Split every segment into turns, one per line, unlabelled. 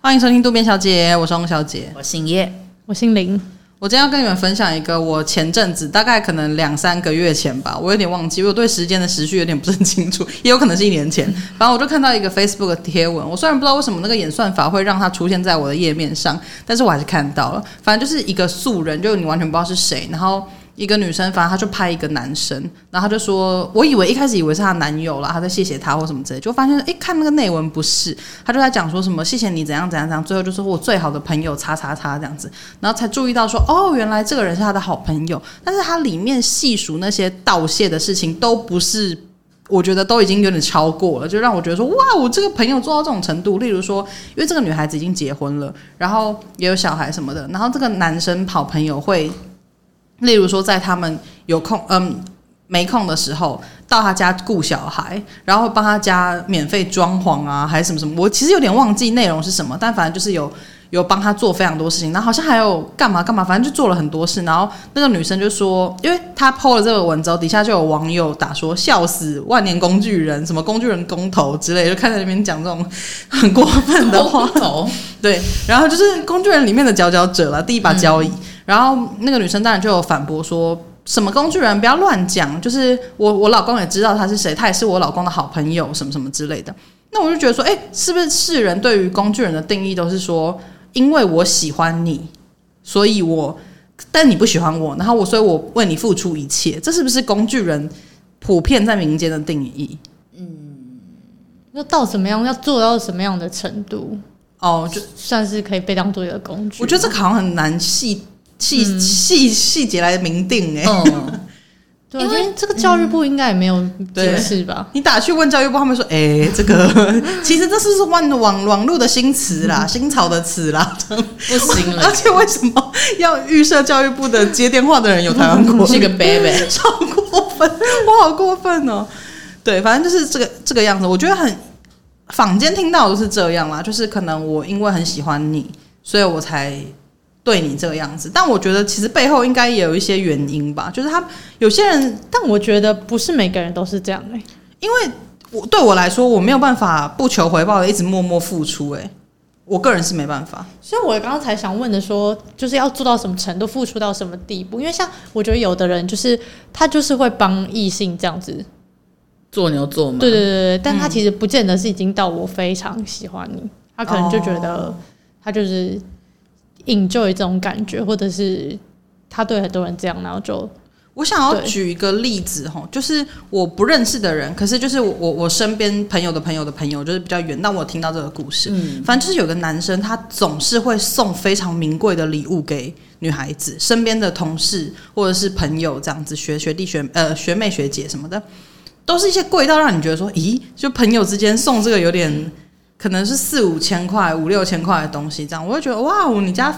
欢迎收听渡边小姐，我是翁小姐。
我姓叶，
我姓林，
我今天要跟你们分享一个我前阵子大概可能两三个月前吧，我有点忘记，我对时间的时序有点不是很清楚，也有可能是一年前。反正我就看到一个 Facebook 的贴文，我虽然不知道为什么那个演算法会让它出现在我的页面上，但是我还是看到了。反正就是一个素人，就你完全不知道是谁，然后。一个女生，反正她就拍一个男生，然后她就说，我以为一开始以为是她男友啦，她在谢谢他或什么之类，就发现诶，看那个内文不是，她就在讲说什么谢谢你怎样怎样怎样，最后就说我最好的朋友叉叉叉这样子，然后才注意到说哦，原来这个人是她的好朋友，但是她里面细数那些道谢的事情都不是。我觉得都已经有点超过了，就让我觉得说，哇，我这个朋友做到这种程度。例如说，因为这个女孩子已经结婚了，然后也有小孩什么的，然后这个男生好朋友会例如说，在他们有空，嗯，没空的时候，到他家顾小孩，然后帮他家免费装潢啊，还是什么什么。我其实有点忘记内容是什么，但反正就是有有帮他做非常多事情，然后好像还有干嘛干嘛，反正就做了很多事。然后那个女生就说，因为她 PO 了这个文之后，底下就有网友打说笑死万年工具人，什么工具人公投之类，就看在那边讲这种很过 分的话。
头，
对，然后就是工具人里面的佼佼者了，第一把交椅。然后那个女生当然就有反驳说，什么工具人不要乱讲，就是我我老公也知道他是谁，他也是我老公的好朋友，什么什么之类的。那我就觉得说，哎，是不是世人对于工具人的定义都是说，因为我喜欢你，所以我，但你不喜欢我，然后我，所以我为你付出一切，这是不是工具人普遍在民间的定义？
要到什么样，要做到什么样的程度，
哦，就
算是可以被当做一个工具。
我觉得这个好像很难细细细细节来明定哎、
嗯，
对啊，
因
因
为
为这个教育部应该也没有解释吧？
你打去问教育部，他们说：“哎、这个其实这是网网网络的新词
嗯
啦，新潮的词啦。
不 行
而
了，
且为什么要预设教育部的接电话的人有台湾国
是
语？
个 baby，
超过分，我好过分哦！对，反正就是这个这个样子。我觉得很坊间听到的都是这样啦，就是可能我因为很喜欢你，所以我才对你这个样子。但我觉得其实背后应该也有一些原因吧，就是他有些人
但我觉得不是每个人都是这样哎、
因为我对我来说，我没有办法不求回报的一直默默付出、欸，我个人是没办法。
所以我刚才想问的说，就是要做到什么程度，付出到什么地步？因为像我觉得有的人就是他就是会帮异性这样子，
做牛做马，
对对对对，但
嗯
他其实不见得是已经到我非常喜欢你，他可能就觉
哦
得他就是 enjoy 这种感觉，或者是他对很多人这样，然后就
我想要
对
举一个例子吼，就是我不认识的人，可是就是我我我身边朋友的朋友的朋友，就是比较远，但我听到这个故事，
嗯，
反正就是有个男生，他总是会送非常名贵的礼物给女孩子，身边的同事或者是朋友这样子，学学弟学呃学妹学姐什么的，都是一些贵到让你觉得说，咦，就朋友之间送这个有点可能是四五千块、五六千块的东西，这样我就觉得哇，你家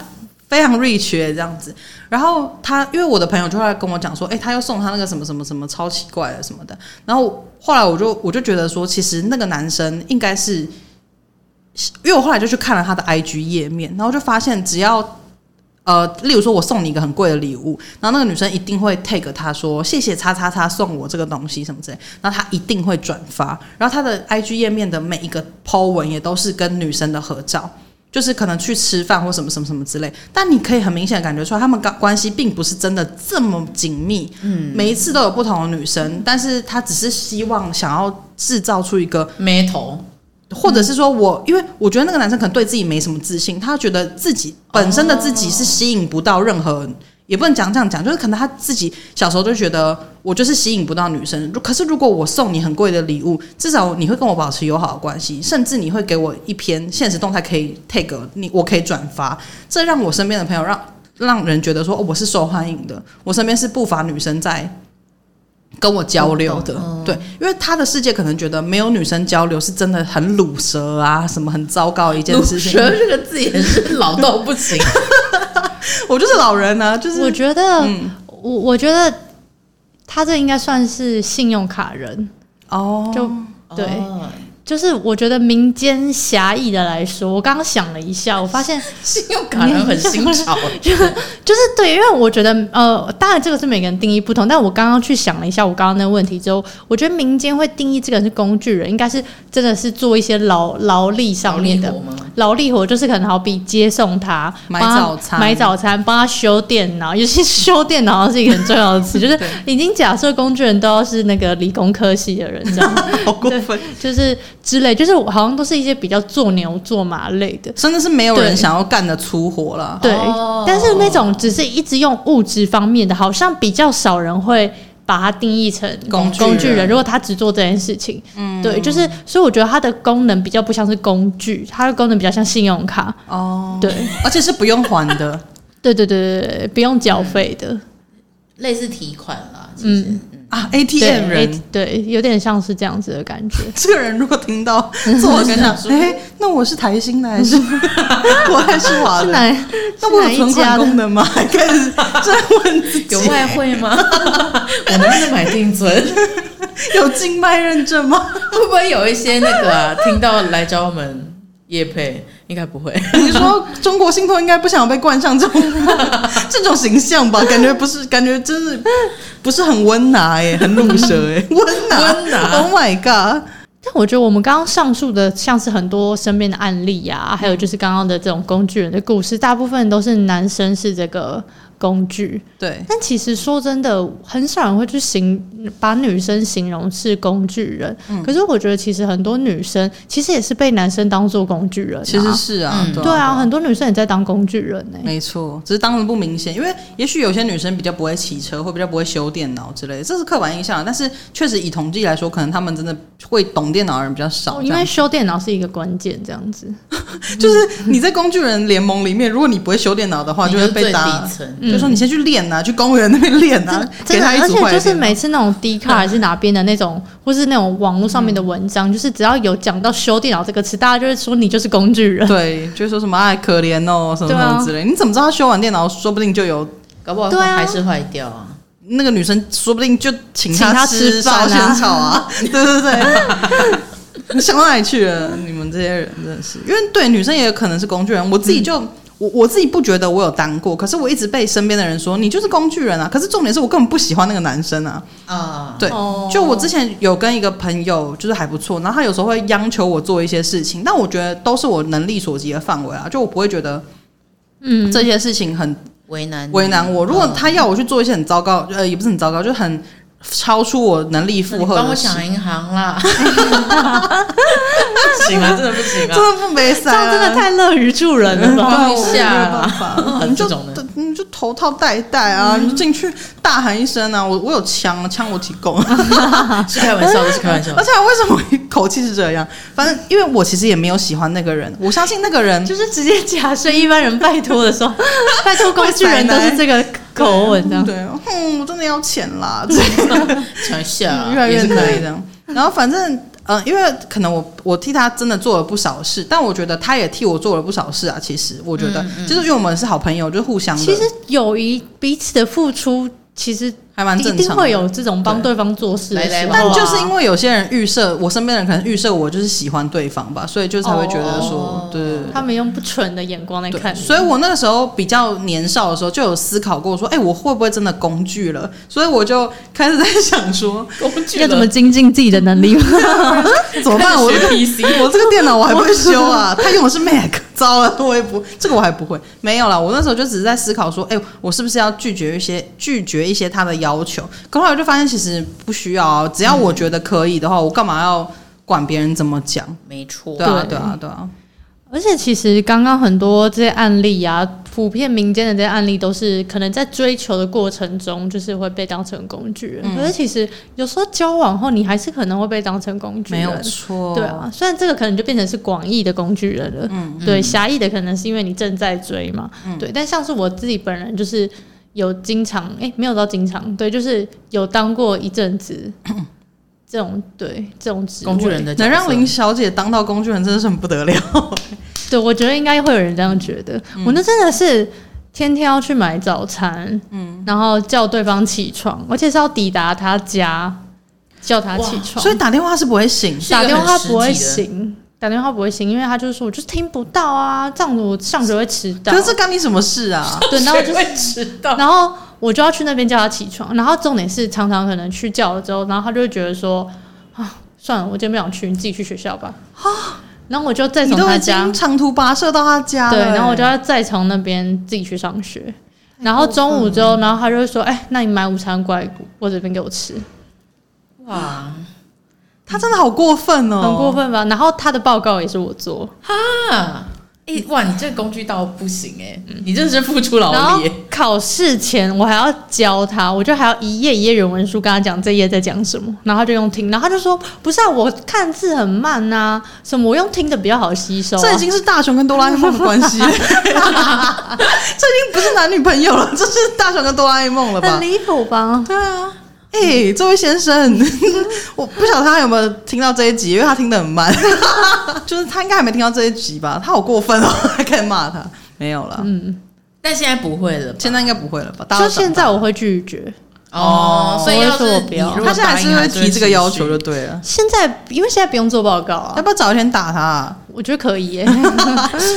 非常 rich 耶这样子。然后他因为我的朋友就会来跟我讲说，哎、他又送他那个什么什么什么超奇怪的什么的。然后后来我就我就觉得说，其实那个男生应该是，因为我后来就去看了他的 IG 页面，然后就发现只要。呃，例如说，我送你一个很贵的礼物，然后那个女生一定会 take 他说谢谢叉叉叉送我这个东西什么之类，然后他一定会转发，然后他的 IG 页面的每一个 po 文也都是跟女生的合照，就是可能去吃饭或什么什么什么之类，但你可以很明显地感觉出来，他们关关系并不是真的这么紧密。嗯，每一次都有不同的女生，但是他只是希望想要制造出一个，
没头，
或者是说我，因为我觉得那个男生可能对自己没什么自信，他觉得自己本身的自己是吸引不到任何。也不能讲这样讲，就是可能他自己小时候就觉得我就是吸引不到女生。如可是如果我送你很贵的礼物，至少你会跟我保持友好的关系，甚至你会给我一篇现实动态可以 take 你，我可以转发，这让我身边的朋友让让人觉得说、哦、我是受欢迎的，我身边是不乏女生在跟我交流的，
嗯
对，因为他的世界可能觉得没有女生交流是真的很卤蛇啊，什么很糟糕的一件事情。
蛇这个字也是老到不行，
我就是老人呢、啊，就是嗯
我觉得，我我觉得他这应该算是信用卡人，
哦，
就对
哦
就是我觉得民间狭义的来说，我刚刚想了一下，我发现
信用卡人很新 潮，
就是对，因为我觉得呃，当然这个是每个人定义不同，但我刚刚去想了一下我刚刚那个问题之后，我觉得民间会定义这个人是工具人，应该是真的是做一些劳劳力上面的
劳力活吗
劳力活，就是可能好比接送他、
买
帮他
早餐
买早餐、帮他修电脑，尤其是修电脑好像是一个很重要的词，就是
对
已经假设工具人都要是那个理工科系的人这样，
好过分，
就是之类，就是好像都是一些比较做牛做马类的。
真的是没有
对
人想要干的粗活了。
对，
哦
但是那种只是一直用物质方面的，好像比较少人会把它定义成
工具
具人。
人嗯
如果他只做这件事情，对，就是所以我觉得它的功能比较不像是工具，它的功能比较像信用卡。
哦，
对，
而且是不用还的。
对对对对对，不用缴费的。
类似提款啦，其
嗯
实。嗯
啊
对
，ATM
诶
人，
对，有点像是这样子的感觉。
这个人如果听到，自我跟想 说，哎、那我是台新的还是我还是华
是
的？
哪？
那我
是哪
有存
一
款
家的
功？能吗？还开始在问自己
有外汇吗？ 我能不能买定存？
有静脉认证 吗？
会不会有一些那个啊？听到来找我们叶配，应该不会。
你说中国信托应该不想被冠上这种 这种形象吧？感觉不是，感觉真是不是很温拿哎、很卤舌哎、 温拿
温拿
，Oh my god！
但我觉得我们刚刚上述的，像是很多身边的案例呀、
嗯
还有就是刚刚的这种工具人的故事，大部分都是男生是这个工具。
对，
但其实说真的，很少人会去形把女生形容是工具人。
嗯
可是我觉得，其实很多女生其实也是被男生当做工具人、啊。
其实是啊，
嗯
对啊，很多女生也在当工具人欸呢、
没错，只是当然不明显，因为也许有些女生比较不会骑车，或比较不会修电脑之类的，这是刻板印象。但是确实以统计来说，可能他们真的会懂电脑的人比较少。
哦
这
因
样
为修电脑是一个关键，这样子。
就是你在工具人联盟里面，如果你不会修电脑的话，
你
就
就
会
是
被
最
打
底。层，
就说你先去练呐、啊去公园那边练呐、啊给
真的，
他一
而
组坏
且
的
就是
电脑
每次那种 D 卡还是哪边的那种，或是那种网络上面的文
嗯
章，就是只要有讲到修电脑这个词，大家就会说你就是工具人。
对，啊就说什么哎可怜哦，什么什
对啊
么之类。你怎么知道他修完电脑，说不定就有
搞不好
对啊
还是坏掉啊。
那个女生，说不定就请
请他
吃
吃
烧
饭
仙
啊
草 啊，对对对。 你想到哪里去了？你们这些人真的是，因为对女生也有可能是工具人。我自己就、
嗯
我我自己不觉得我有当过，可是我一直被身边的人说你就是工具人啊。可是重点是我根本不喜欢那个男生啊。
啊，
对，
哦
就我之前有跟一个朋友，就是还不错，然后他有时候会央求我做一些事情，但我觉得都是我能力所及的范围啊，就我不会觉得
嗯，
这些事情很
为难你
为难我。如果他
嗯
要我去做一些很糟糕，呃，也不是很糟糕，就是很超出我能力负荷
你帮我
的事，
抢银行啦，不 行啊，真的不行
真
啊，
的不没
这
啥、
样真的太乐于助人了吧？
帮一下啊
对我没有办法你就
这种的嗯
你就头套戴一戴啊，你就进去大喊一声啊，我我有枪啊，枪我提供。
嗯是开玩笑的，是开玩笑
而
的。
且为什么口气是这样？反正因为我其实也没有喜欢那个人，我相信那个人
就是直接假设一般人拜托 的时候，拜托工具人都是这个口吻的。
对，啊哼，我真的要钱 啦，这
抢一下啊，
越来越
也是可
难
以
这
的。
样。然后反正呃，因为可能我我替他真的做了不少事，但我觉得他也替我做了不少事啊。其实我觉得，就是因为我们是好朋友，就互相的，
其实友谊彼此的付出，其实
还蛮
一
正
定
常
会
的。
有这种帮对方做事的
来来
时候
但
啊，
就是因为有些人预设，我身边的人可能预设我就是喜欢对方吧，所以就才会觉得说
哦，
对对对。
他们用不蠢的眼光在
对
看你，
所以我那个时候比较年少的时候，就有思考过说，哎、我会不会真的工具了？所以我就开始在想说，
工具
要
人
怎么精进自己的能力 吗？
怎么办？我这个
开始学 PC
我这个电脑我还不会修啊，他用的是 Mac，糟了，我也不这个我还不会。没有啦，我那时候就只是在思考说，哎、我是不是要拒绝一些拒绝一些他的要求？可后来我就发现其实不需要啊，只要我觉得可以的话，我干嘛要管别人怎么讲？
没错
对，啊，
对
对啊，对啊，
而且其实刚刚很多这些案例啊，普遍民间的这些案例都是可能在追求的过程中，就是会被当成工具
嗯
人。可是其实有时候交往后，你还是可能会被当成工具
没
人。
有错，
对啊，虽然这个可能就变成是广义的工具人了，嗯，对，狭义的可能是因为你正在追嘛，对。但像是我自己本人就是有经常，哎、没有到经常，对，就是有当过一阵 子这种，对这种职位
工具人的角色
能让 林小姐当到工具人，真的是很不得了。
对，我觉得应该会有人这样觉得。我那真的是天天要去买早餐，嗯，然后叫对方起床，而且是要抵达他家。叫他起床
所，以打电话是不会醒。
是一个
打
很
电话不
实
会
际的
醒，打电话不会醒，因为他就是说我就是听不到啊，这样子我上学会迟到。
可是这干你什么事啊？
对，然后就是
谁会迟到。
然后我就要去那边叫他起床。然后重点是，常常可能去叫了之后，然后他就会觉得说啊，算了，我今天不想去，你自己去学校吧。然后我就再
啊你
从
都
他
已
家
经，长途跋涉到他家了哎
对，
欸
然后我就要再从那边自己去上学。然后中午之后，然后他就会说：“哎、那你买午餐过来我这边给我吃，
哇，
他真的好过分哦，
很过。分吧？”然后他的报告也是我做，
啊，哎、
嗯
哇，你这个工具到不行哎、你真的是付出
然
劳
后
力、
考试前我还要教他，我就还要一页一页原文书跟他讲这页在讲什么，然后他就用听，然后他就说不是啊，我看字很慢呐、什么我用听的比较好吸收、啊。
这已经是大雄跟哆啦 A 梦的关 系，这已经不是男女朋友了，这是大雄跟哆啦 A 梦了吧
很？离谱吧？
对啊，哎、这位先生，
嗯
我不晓得他有没有听到这一集，因为他听得很慢， 就是他应该还没听到这一集吧？他好过分哦， 还可以骂他，没有了，
嗯，
但现在不会了吧。
现在应该不会了吧？大家
就
都长
现
大
在我会拒绝，
哦
哦，
所以要
我会说
是
我
你
不
如
要
他
果
现在还
答应
是
他
会
就会
提这个要求就
持续
对了，
现在因为现在不用做报告
要
啊，
不要早一天打他、啊？
我觉得可以耶、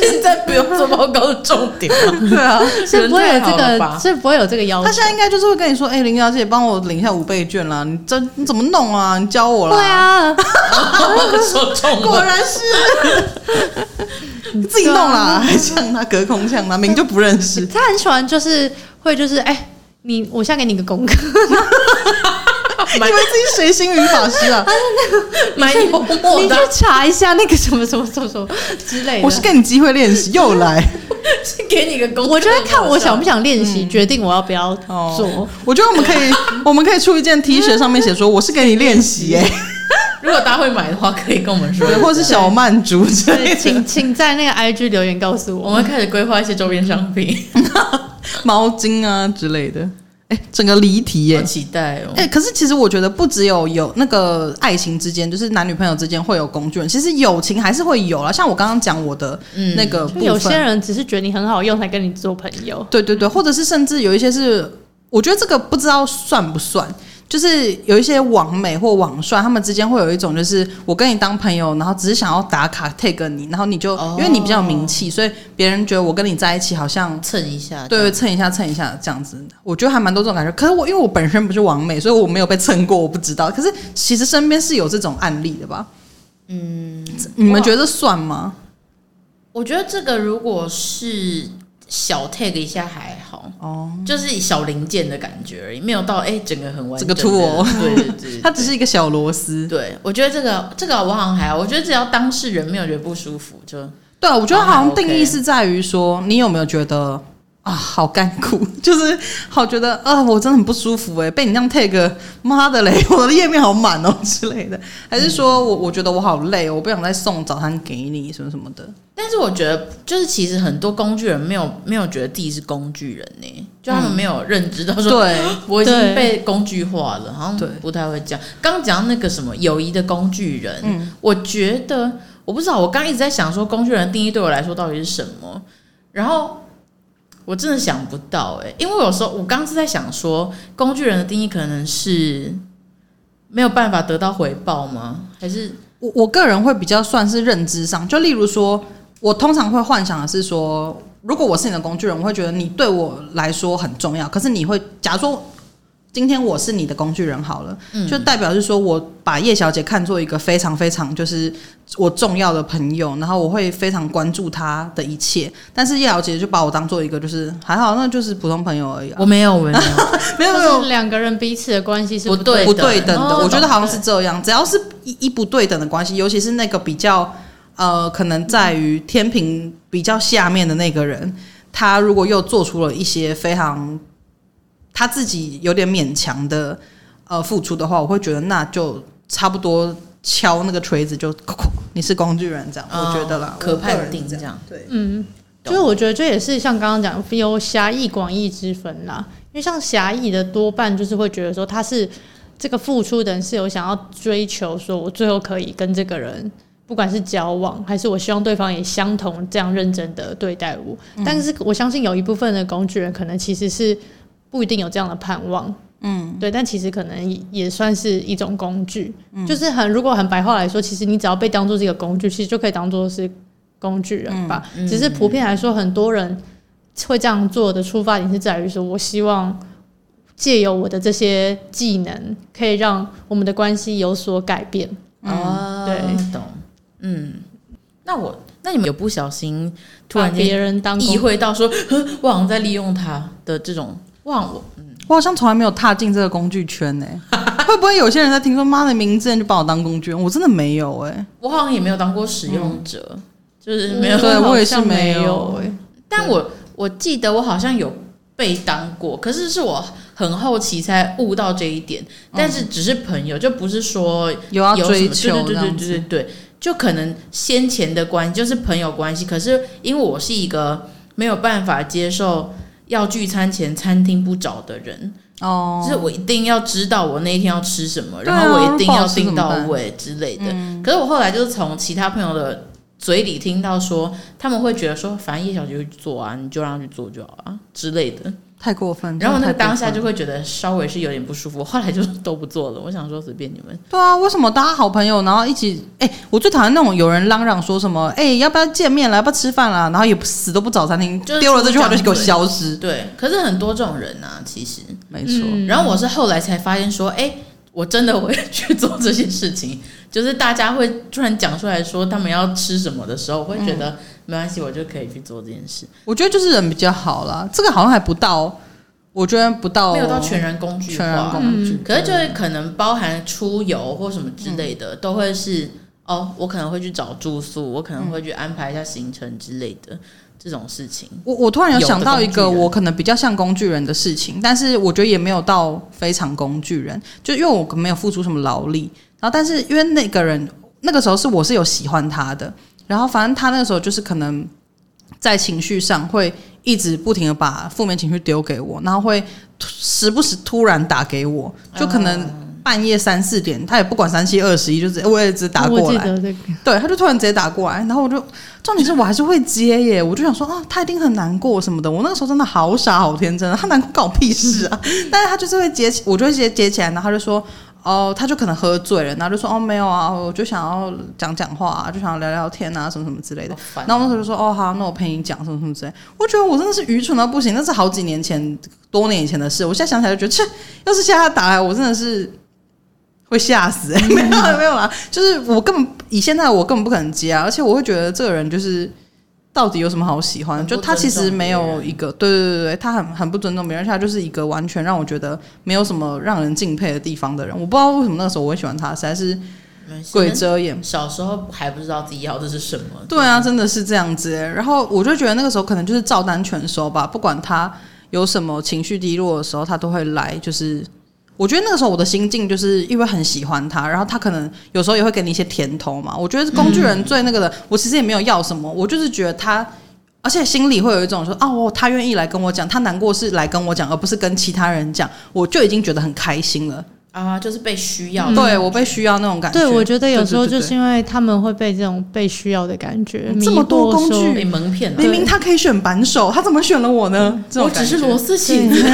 现在不用做报告的重 点了。
对啊，
是不会有
人
这
太好了
个，
吧
是不会有这个要
他
求
现。在应该就是会跟你说，哎、林小姐，帮我领一下五倍券啦，你这你怎么弄啊？你教我啦。
会，啊，
说 中
果
了，
然是 自己弄啦，还呛他隔空呛他，明就不认识。
他很喜欢，就是会就是哎、你我现在给你个功课，
以为自己随心语法师啊？
蛮幽默
你去
的，
查一下那个什么什么什么什么之类的。
我是给你机会练习，又来。
是给你个功课。
我就会看
啊
我想不想练习，
嗯
决定我要不要做。
我觉得我们可以，我们可以出一件 T 恤，上面写说我是给你练习哎、
如果大家会买的话，可以跟我们说
对，，或是小曼竹之类
对，
的
请请在那个 IG 留言告诉
我
我。
们开始规划一些周边商品。
毛巾啊之类的。哎、整个离题耶、
好期待哦
哎、！可是其实我觉得不只有有那个爱情之间，就是男女朋友之间会有工具人，其实友情还是会有啦。像我刚刚讲我的
嗯
那个部
就
分，
有些人只是觉得你很好用才跟你做朋友，
对对对，或者是甚至有一些是，我觉得这个不知道算不算，就是有一些网美或网帅，他们之间会有一种就是我跟你当朋友，然后只是想要打卡 take 你，然后你就、
哦
因为你比较有名气，所以别人觉得我跟你在一起好像。
蹭一下，
对，蹭一下，蹭一下，这样子，我觉得还蛮多这种感觉。可是我因为我本身不是网美，所以我没有被蹭过，我不知道。可是其实身边是有这种案例的吧？嗯，你们觉得算吗？
我觉得这个如果是小 tag 一下还好，
哦，
就是小零件的感觉而已，没有到哎、整个很完整
这
的。
个 tool
对对 对，
它只是一个小螺丝。
对，我觉得这个这个我好像还好，我觉得只要当事人没有觉得不舒服，就
对，我觉得好
哦
像
，OK
定义是在于说，你有没有觉得啊，好干苦， 就是好觉得啊，我真的很不舒服哎、被你这样 tag，妈的嘞， 我的页面好满哦之类的，还是说我我觉得我好累哦，我不想再送早餐给你什么什么的，
但是我觉得，就是其实很多工具人没有没有觉得自己是工具人呢、就他们没有认知到说，
对
我已
对
经被工具化了，好像
对
不太会讲。刚讲那个什么友谊的工具人，
嗯
我觉得我不知道，我刚一直在想说工具人的定义对我来说到底是什么，然后我真的想不到哎、因为有时候我刚是在想说工具人的定义可能是没有办法得到回报吗？还是
我我个人会比较算是认知上，就例如说，我通常会幻想的是说，如果我是你的工具人，我会觉得你对我来说很重要。可是你会，假如说今天我是你的工具人好了，就代表是说我把叶小姐看作一个非常非常就是我重要的朋友，然后我会非常关注她的一切。但是叶小姐就把我当做一个就是还好，那就是普通朋友而已、啊
我，没有， 我没有。
没有没有
就是两个人彼此的关系是
不
对
不
不
对
对
等
等
的，
哦
我觉得好像是这样。只要是一一不对等的关系，尤其是那个比较呃，可能在于天平比较下面的那个人，他如果又做出了一些非常他自己有点勉强的呃付出的话，我会觉得那就差不多敲那个锤子就，你是工具人这样，我觉得啦
哦，可
我个人
判定
这
这样。
对，
嗯，
懂
就是我觉得这也是像刚刚讲有狭义广义之分啦，因为像狭义的多半就是会觉得说他是这个付出的人是有想要追求，说我最后可以跟这个人。不管是交往，还是我希望对方也相同这样认真的对待我，但是我相信有一部分的工具人可能其实是不一定有这样的盼望，嗯，对，但其实可能也算是一种工具，就是很如果很白话来说，其实你只要被当做是一个工具，其实就可以当做是工具
嗯
人吧。只是普遍来说，很多人会这样做的出发点是在于说，我希望借由我的这些技能，可以让我们的关系有所改变。
哦，
对，
懂，嗯，那我那你们有不小心突
把
然间
别人当工
意会到说， 呵我好像在利用他的这种，哇，我
我好像从来没有踏进这个工具圈呢、 会不会有些人在听说“妈的名字”就把我当工具人？我真的没有哎、
我好像也没有当过使用者，就是
嗯
没有，
嗯对我也是
好像
没
没
有
欸
但我我记得我好像有被当过，可是是我很后期才悟到这一点，但是只是朋友，就不是说
有要
有
追
什么
求这
对对对
样
对
子。
对对，就可能先前的关系就是朋友关系，可是因为我是一个没有办法接受要聚餐前餐厅不找的人，
哦，
就是我一定要知道我那一天要吃什么，
对
然
啊
后我一定
不
要
好吃
订
怎么
到
办
位之类的。
嗯
可是我后来就是从其他朋友的嘴里听到说，他们会觉得说，反正叶小姐会去做啊，你就让她去做就好啊之类的。
太过分。
然后
真的
那
太
个
过
当下
分
就会觉得稍微是有点不舒服，我后来就都不做了。我想说随 便你们，
对啊，为什么大家好朋友，然后一起？哎、我最讨厌那种有人嚷嚷说什么“哎、要不要见面啦，要不要吃饭啦”，然后也不死都不找餐厅，
就是
丢了这句话就
不讲
给我
对
消失。
对。可是很多这种人啊，其实。
没错，
嗯
然后我是后来才发现说，哎、我真的会 去做这些事情。就是大家会突然讲出来说他们要吃什么的时候，我会觉
嗯
得、没关系，我就可以去做这件事。
我觉得就是人比较好啦，这个好像还不到，我觉得不到，
没有到全然工具化，
哦全然
具
工具。嗯
可是就会可能包含出游或什么之类的，都会是哦，我可能会去找住宿，我可
嗯
能会去安排一下行程之类的、这种事情。
我我突然有想到一
有的
个
工具人
我可能比较像工具人的事情，但是我觉得也没有到非常工具人，就因为我没有付出什么劳力，然后但是因为那个人那个时候是我是有喜欢他的，然后反正他那个时候就是可能在情绪上会一直不停的把负面情绪丢给我，然后会突时不时突然打给我，就可能半夜三四点，他也不管三七二十一，就是我也只打
我
过
记
来，
得这个，
对，他就突然直接打过来，然后我就重点是我还是会接耶，我就想说啊，他一定很难过什么的。我那个时候真的好傻好天真，啊他难过搞屁事啊！ 但是他就是会接起，我就会接接起来，然后他就说哦，他就可能喝醉了，然后就说哦没有啊，我就想要讲讲话、啊，就想要聊聊天啊，什么什么之类的
好。烦
然后我那时候就说哦好，那我陪你讲什么什么之类。我觉得我真的是愚蠢到不行，那是好几年前、多年以前的事。我现在想起来就觉得，切，要是现在他打来，我真的是会吓 死、欸。没有啦没有啦，就是我根本以现在我根本不可能接啊，而且我会觉得这个人就是。到底有什么好喜欢的？
很不
就他其
尊
实
重
没
别
有
人
一个，对对对对，他很很不尊重别人，而且他就是一个完全让我觉得没有什么让人敬佩的地方的人。我不知道为什么那个时候我会喜欢他，实在是
没关系
鬼遮眼
小时候还不知道自己要的是什么，
对啊，真的是这样子欸。然后我就觉得那个时候可能就是照单全收吧，不管他有什么情绪低落的时候，他都会来。就是我觉得那个时候我的心境就是因为很喜欢他，然后他可能有时候也会给你一些甜头嘛。我觉得工具人最那个的，我其实也没有要什么，我就是觉得他。而且心里会有一种说，哦，他愿意来跟我讲，他难过是来跟我讲，而不是跟其他人讲，我就已经觉得很开心了。
啊，就是被需要的。
嗯对我被需要那种感觉。
对我觉得有时候
对对对
就是因为他们会被这种被需要的感觉迷
这么多
惑
工
说
具
被蒙骗了
明，明他可以选扳手，他怎么选了我呢？这种
我只是
感觉
螺丝起子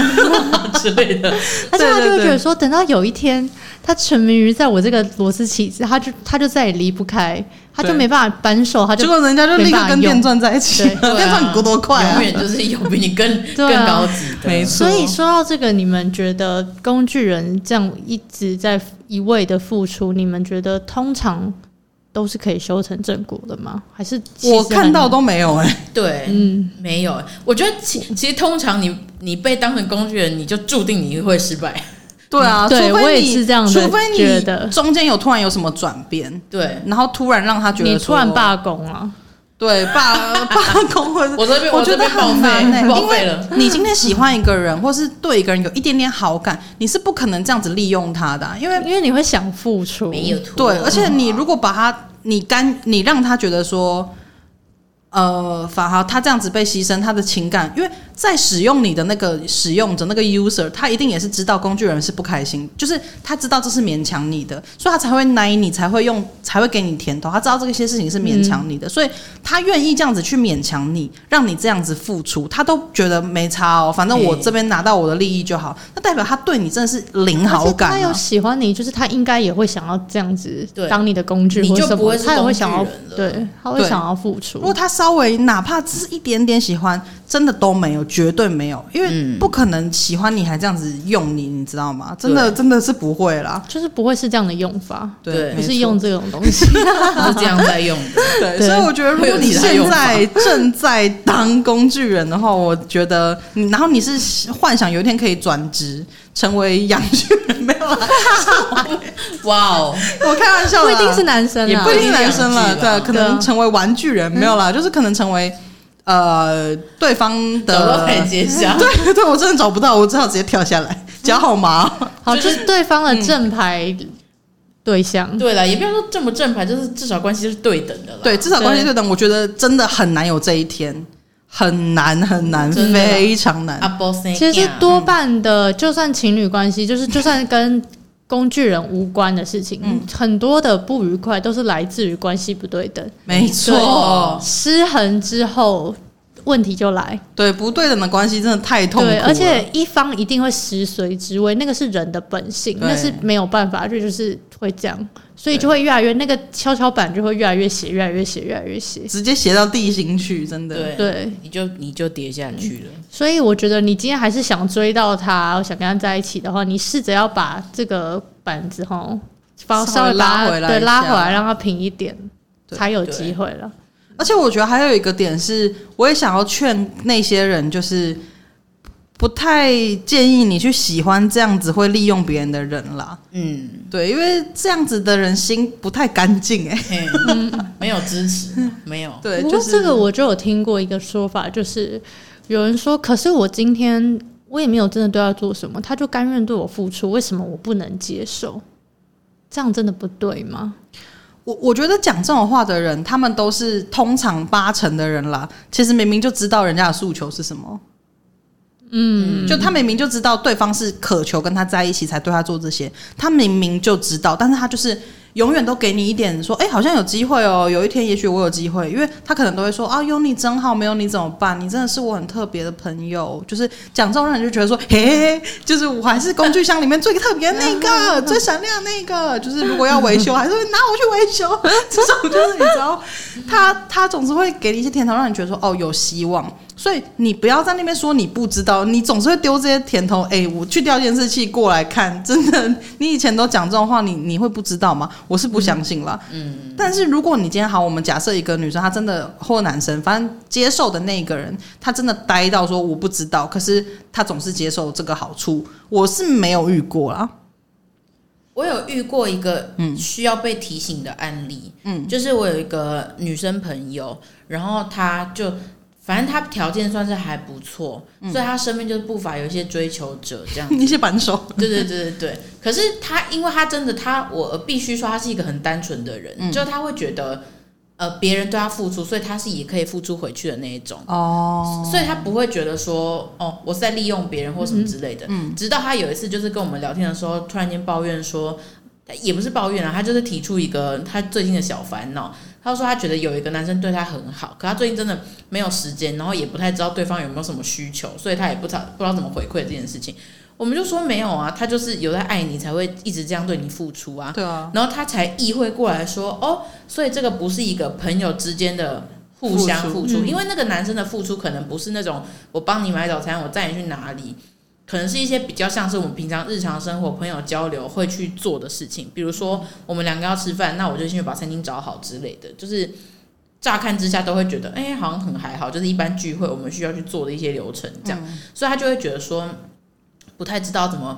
之类 的。
但是他
对
就
对
会
对
觉得说，等到有一天他沉迷于在我这个螺丝起子，他就他就再也离不开，他就
对
没办法扳手，他
结
就
果人家啊就立刻跟电钻在一起，
对
对啊
电钻你过多快啊
永！远就是有比你 更
对
更
啊
高级的，
没错
所以说到这个，你们觉得工具人这样一直在一味的付出，你们觉得通常都是可以修成正果的吗？还是其实
我看到都没有哎、
对，
很嗯，
没有，我觉得其其实通常你你被当成工具人，你就注定你会失败。
对啊，
对
除非你
我也是这样的
除非
觉得
你中间有突然有什么转变，
对，
然后突然让他觉得
你突然
说
罢工啊了，
对罢罢工或者
我这边
我觉
这
得
边报
很难欸
废，报
因
废
为
了。
你今天喜欢一个人，或是对一个人有一点点好感，你是不可能这样子利用他的啊、因为
因为你会想付出，
没有图，哦
对，而且你 如果把他，你干，你让他觉得说，呃，反而他这样子被牺牲，他的情感，因为在使用你的那个使用者那个 user，他一定也是知道工具人是不开心，就是他知道这是勉强你的，所以他才会奶你，才会用，才会给你甜头。他知道这些事情是勉强
嗯
你的，所以他愿意这样子去勉强你，让你这样子付出，他都觉得没差哦，反正我
对
这边拿到我的利益就好。那代表他对你真的是零
而
好
且
感、
他
啊
有。喜欢你，就是他应该也会想要这样子
对
当你的工具
你
或
就
什
不
么，
会是
他也
工
会
具
想要
人了
对，他会
对
想要付出
如。果他稍微哪怕只是一点点喜欢，真的都没有，绝对没有，因为不可能喜欢你还这样子用你，你知道吗？真的真的是不会啦，
就是不会是这样的用法，
对
不
没
是
错
用这种东西。
是这样在用的。
对，
对
所以我觉得，如
会
果
有
你
其他
现
用法
在正在当工具人的话，我觉得你，然后你是幻想有一天可以转职成为养具人，没有啦，
哇哦，
我开玩笑
不
的
一
啦，
定是男生
也
啊
不，一定是男生了，
不一定
对，
是养具啦
可
对啊
能成为玩具人，没有啦，就是可能成为呃对方
找到
的
台阶下。
对对，我真的找不到，我只好直接跳下来，脚好麻哦、
好，
就
就是是对方
嗯
的正牌对象，
对了，也不要说正不正牌，就是至少关系是对等的了。
对，至少关系
对
对等，我觉得真的很难有这一天，很难很难，
真的
非常难。
啊，波森，
其实多半的，就算情侣关系， 就是就算跟工具人无关的事情，
嗯
很多的不愉快都是来自于关系不对哦等，
没
对
错，
失衡之后问题就来。
对不对等的关系真的太痛苦了。
对，而且一方一定会食髓知味，那个是人的本性，
对
那是没有办法，这就是会这样，所以就会越来越那个跷跷板就会越来越斜，越来越斜，越来越斜。
直接斜到地心去，真的。
对
对，
你就你就跌下去了。
所以我觉得你今天还是想追到他，想跟他在一起的话，你试着要把这个板子哈，放
稍
稍
微
微把它
拉回来
对，
一下
拉回来让它平一点，
对
才有机会了。
而且我觉得还有一个点是，我也想要劝那些人，就是不太建议你去喜欢这样子会利用别人的人啦。
嗯，
对，因为这样子的人心不太干净哎、
嘿没有支持，没有。
对，
不
就
过
是
这个我就有听过一个说法，就是有人说，可是我今天我也没有真的对他做什么，他就甘愿对我付出，为什么我不能接受？这样真的不对吗？
我我觉得讲这种话的人，他们都是通常八成的人啦，其实明明就知道人家的诉求是什么，嗯，就他明明就知道对方是渴求跟他在一起才对他做这些，他明明就知道，但是他就是永远都给你一点说，哎、好像有机会哦，有一天也许我有机会，因为他可能都会说啊，有你真好，没有你怎么办？你真的是我很特别的朋友，就是讲这种让人就觉得说，嘿嘿嘿，就是我还是工具箱里面最特别的那个，最闪亮的那个，就是如果要维修，还是会拿我去维修，这种就是你知道，他他总是会给你一些甜头，让你觉得说哦有希望。所以你不要在那边说你不知道，你总是会丢这些甜头。哎、我去调监视器过来看，真的，你以前都讲这种话，你你会不知道吗？ 我是不相信啦。嗯，但是如果你今天好，我们假设一个女生，她真的呃或男生，反正接受的那一个人，他真的呆到说我不知道，可是他总是接受这个好处，我是没有遇过啦。
我有遇过一个需要被提醒的案例，嗯，就是我有一个女生朋友，然后她就反正她条件算是还不错，所以她身边就不乏有一些追求者这 样。
一些扳手，
对对对对对，可是她因为她真的她，我呃必须说她是一个很单纯的人，就她会觉得，呃，别人对她付出，所以她是也可以付出回去的那一种。
哦，
所以他不会觉得说，哦，我是在利用别人或什么之类的。直到他有一次就是跟我们聊天的时候，突然间抱怨说，也不是抱怨啊，他就是提出一个他最近的小烦恼。他说他觉得有一个男生对他很好，可他最近真的没有时间，然后也不太知道对方有没有什么需求，所以他也不知道不知道怎么回馈这件事情。我们就说没有啊，他就是有在爱你才会一直这样对你付出啊。
对啊，
然后他才意会过来说，哦，所以这个不是一个朋友之间的互相
付
付出，嗯因为那个男生的付出可能不是那种我帮你买早餐，我载你去哪里，可能是一些比较像是我们平常日常生活、朋友交流会去做的事情，比如说我们两个要吃饭，那我就先去把餐厅找好之类的，就是。乍看之下都会觉得，哎、好像很还好，就是一般聚会我们需要去做的一些流程这样，所以他就会觉得说，不太知道怎么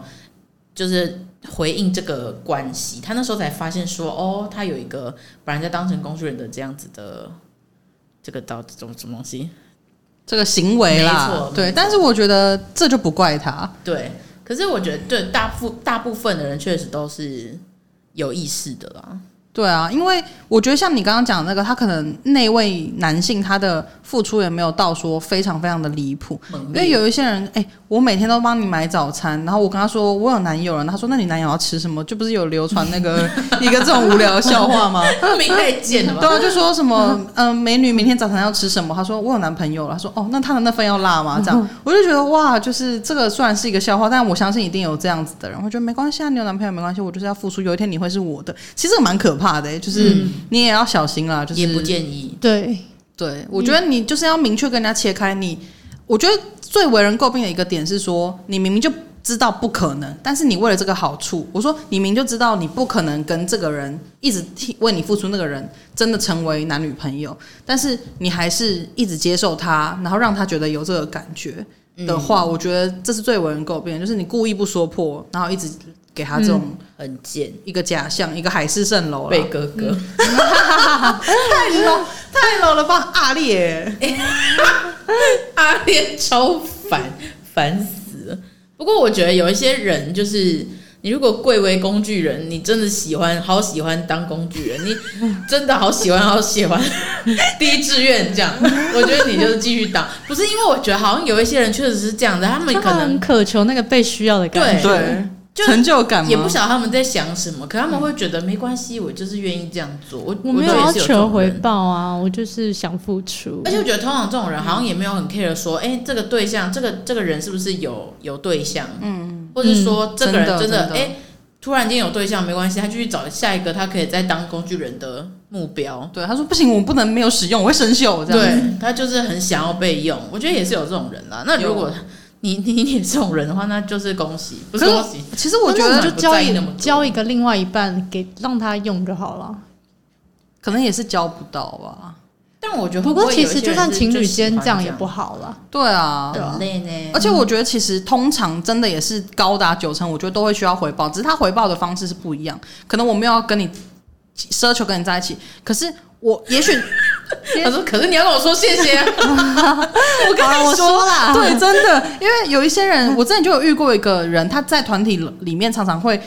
就是回应这个关系。他那时候才发现说，哦，他有一个把人家当成工具人的这样子的这个到这种什么东西，
这个行为
没
啦
错，没
对，
错
但是我觉得这就不怪他，
对。可是我觉得，对大部大部分的人确实都是有意识的啦，
对啊，因为我觉得像你刚刚讲的那个，他可能那位男性他的付出也没有到说非常非常的离谱，
猛
因
烈
为有一些人，哎、我每天都帮你买早餐，然后我跟他说我有男友了，他说那你男友要吃什么？就不是有流传那个 一个这种无聊的笑话吗？
没太见了
对
吧？
啊，就说什么，嗯、美女明天早餐要吃什么？她说我有男朋友了。她说哦，那她的那份要辣吗？
嗯
这样，我就觉得哇，就是这个虽然是一个笑话，但我相信一定有这样子的人，会觉得没关系啊，你有男朋友没关系，我就是要付出，有一天你会是我的。其实这个蛮可怕的、欸就是你也要小心啦， 就是
嗯也不建议。
对，
对，我觉得你就是要明确跟人家切开你。我觉得最为人诟病的一个点是说，你明明就知道不可能，但是你为了这个好处，我说你明明就知道你不可能跟这个人一直替为你付出，那个人真的成为男女朋友，但是你还是一直接受他，然后让他觉得有这个感觉的话，我觉得这是最为人诟病的，就是你故意不说破，然后一直给他这种
很贱，
一个假象，一个海市蜃楼啦
贝哥哥，
太 low 太 low 了吧，阿烈、
阿烈超烦，烦死了。不过我觉得有一些人就是。你如果贵为工具人，你真的喜欢，好喜欢当工具人，你真的好喜欢，好喜欢 第一志愿这样。我觉得你就是继续当，不是因为我觉得好像有一些人确实是这样的，他们
他
可能
很渴求那个被需要的感觉，
对，
哎就
成就感吗
也不晓得他们在想什么，可他们会觉得没关系，我就是愿意这样做。我
我没
觉
有
得
要
也是这种
求回
人
报啊，我就是想付出
而。且我觉得通常这种人好像也没有很 care 说，哎、这个对象，这个这个人是不是有有对象？嗯，或者说这个人
真的
真的
真的
哎、突然间有对象没关系，他就去找下一个他可以再当工具人的目标。
对，他说不行，我不能没有使用，我会生锈。这样
对
子，
他就是很想要被用，我觉得也是有这种人啦。那如果你 你你也这种人的话，那就是恭喜，不是
可是
恭喜。
其实我觉
那你
得
就
不
交
在意
一
那么多
交一个另外一半给让他用就好了。
可能也是教不到吧。
但我觉得
不
会
过
会
其
有一
实
些
就
人
算
是
情侣
喜
间
欢
这
这
样也不好了。
对啊，
很累呢。
而且我觉得其实通常真的也是高达九成，我觉得都会需要回报，只是他回报的方式是不一样。可能我没有要跟你奢求跟你在一起，可是 我也许
他说：“可是你要跟我说谢谢 啊。
啊我跟
好啦
你
我说啦
对，真的，因为有一些人，我之前就有遇过一个人，他在团体里面常常会。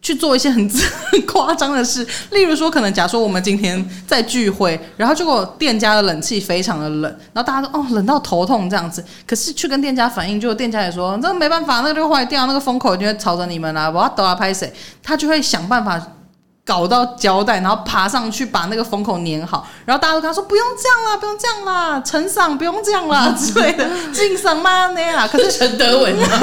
去做一些很 很夸张的事， 例如说，可能假说我们今天在聚会，然后结果店家的冷气非常的冷，然后大家都哦冷到头痛这样子，可是去跟店家反映，结果店家也说这没办法，那个就坏掉，那个风口就会朝着你们啦，我要抖啊拍谁，他就会想办法搞到胶带，然后爬上去把那个封口粘好，然后大家都跟他说不用这样啦，不用这样啦，呈上不用这样啊啦之类的， 敬上嘛那样啦。啊可”是
陈德 文吗？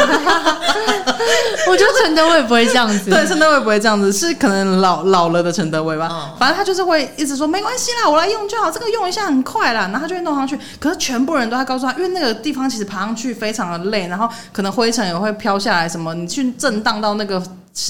我觉得陈德伟不会这样子，
对陈德伟不会这样子，是可能老老了的陈德伟吧。
嗯
哦
反正他就是会一直说没关系啦，我来用就好，这个用一下很快啦，然后他就会弄上去。可是全部人都在告诉他，因为那个地方其实爬上去非常的累，然后可能灰尘也会飘下来，什么你去震荡到那个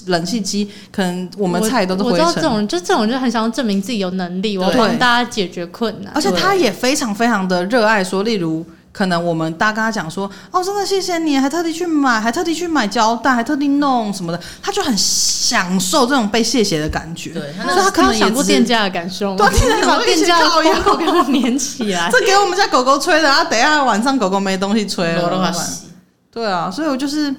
冷气机，可能我们菜都是
我
灰
知
尘。
道这种人，就这种人就很想要证明自己有能力，我
对
帮大家解决困难
而。且他也非常非常的热爱说，例如。可能我们大家跟他讲说，哦，真的谢谢你，还特地去买，还特地去买胶带，还特地弄什么的，他就很享受这种被谢谢的感觉。
对他
所
那
以他可能
有
也
想过
只是
店家的感受吗
对？店家
你把店家的
很会去
口给他粘 起 来。
这给我们家狗狗吹的啊，等一下晚上狗狗没东西吹了，
罗
怎
罗
么
瓦
办
西，
对啊，所以我就是，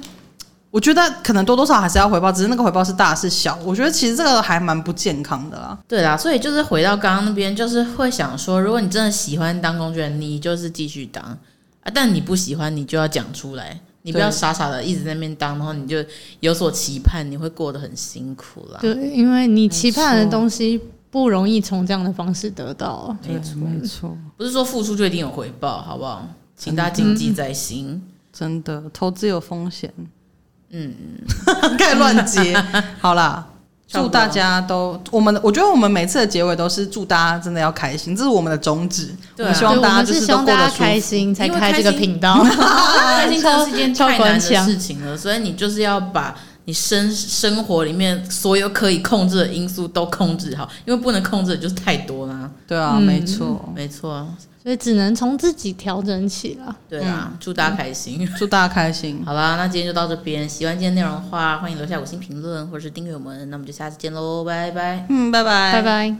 我觉得可能多多少少还是要回报，只是那个回报是大是小，我觉得其实这个还蛮不健康的啦。
对啦，所以就是回到刚刚那边，就是会想说，如果你真的喜欢当工具人，你就是继续当啊；但你不喜欢，你就要讲出来，你不
对
要傻傻的一直在那边当，然后你就有所期盼，你会过得很辛苦啦。
对，因为你期盼的
错
东西不容易从这样的方式得到。
没错，没错，
不是说付出就一定有回报，好不好？请大家谨记在心。
真的，投资有风险。
嗯，
该乱接。好啦，
差不
祝
多
大家都我们，我觉得我们每次的结尾都是祝大家真的要开心，这是我们的宗旨。
对
我
啊
们希
所以
望
我
大家
们
就是是
希
都
望
过
大
得
家
舒服
开。心才
因为
开这
开
个
心
频 道。
开心真的是一件
啊超啊
太
官
难的
腔
事情了，所以你就是要把你生生活里面所有可以控制的因素都控制好，因为不能控制的就是太多啦。
对啊，
嗯
没错。
没错，
所以只能从自己调整起了。
对啦，
嗯
祝大家开心。
祝大家开心，
好啦，那今天就到这边。喜欢今天内容的话，欢迎留下五星评论或者是订阅我们。那我们就下次见喽，拜拜。
嗯，拜拜，
拜拜。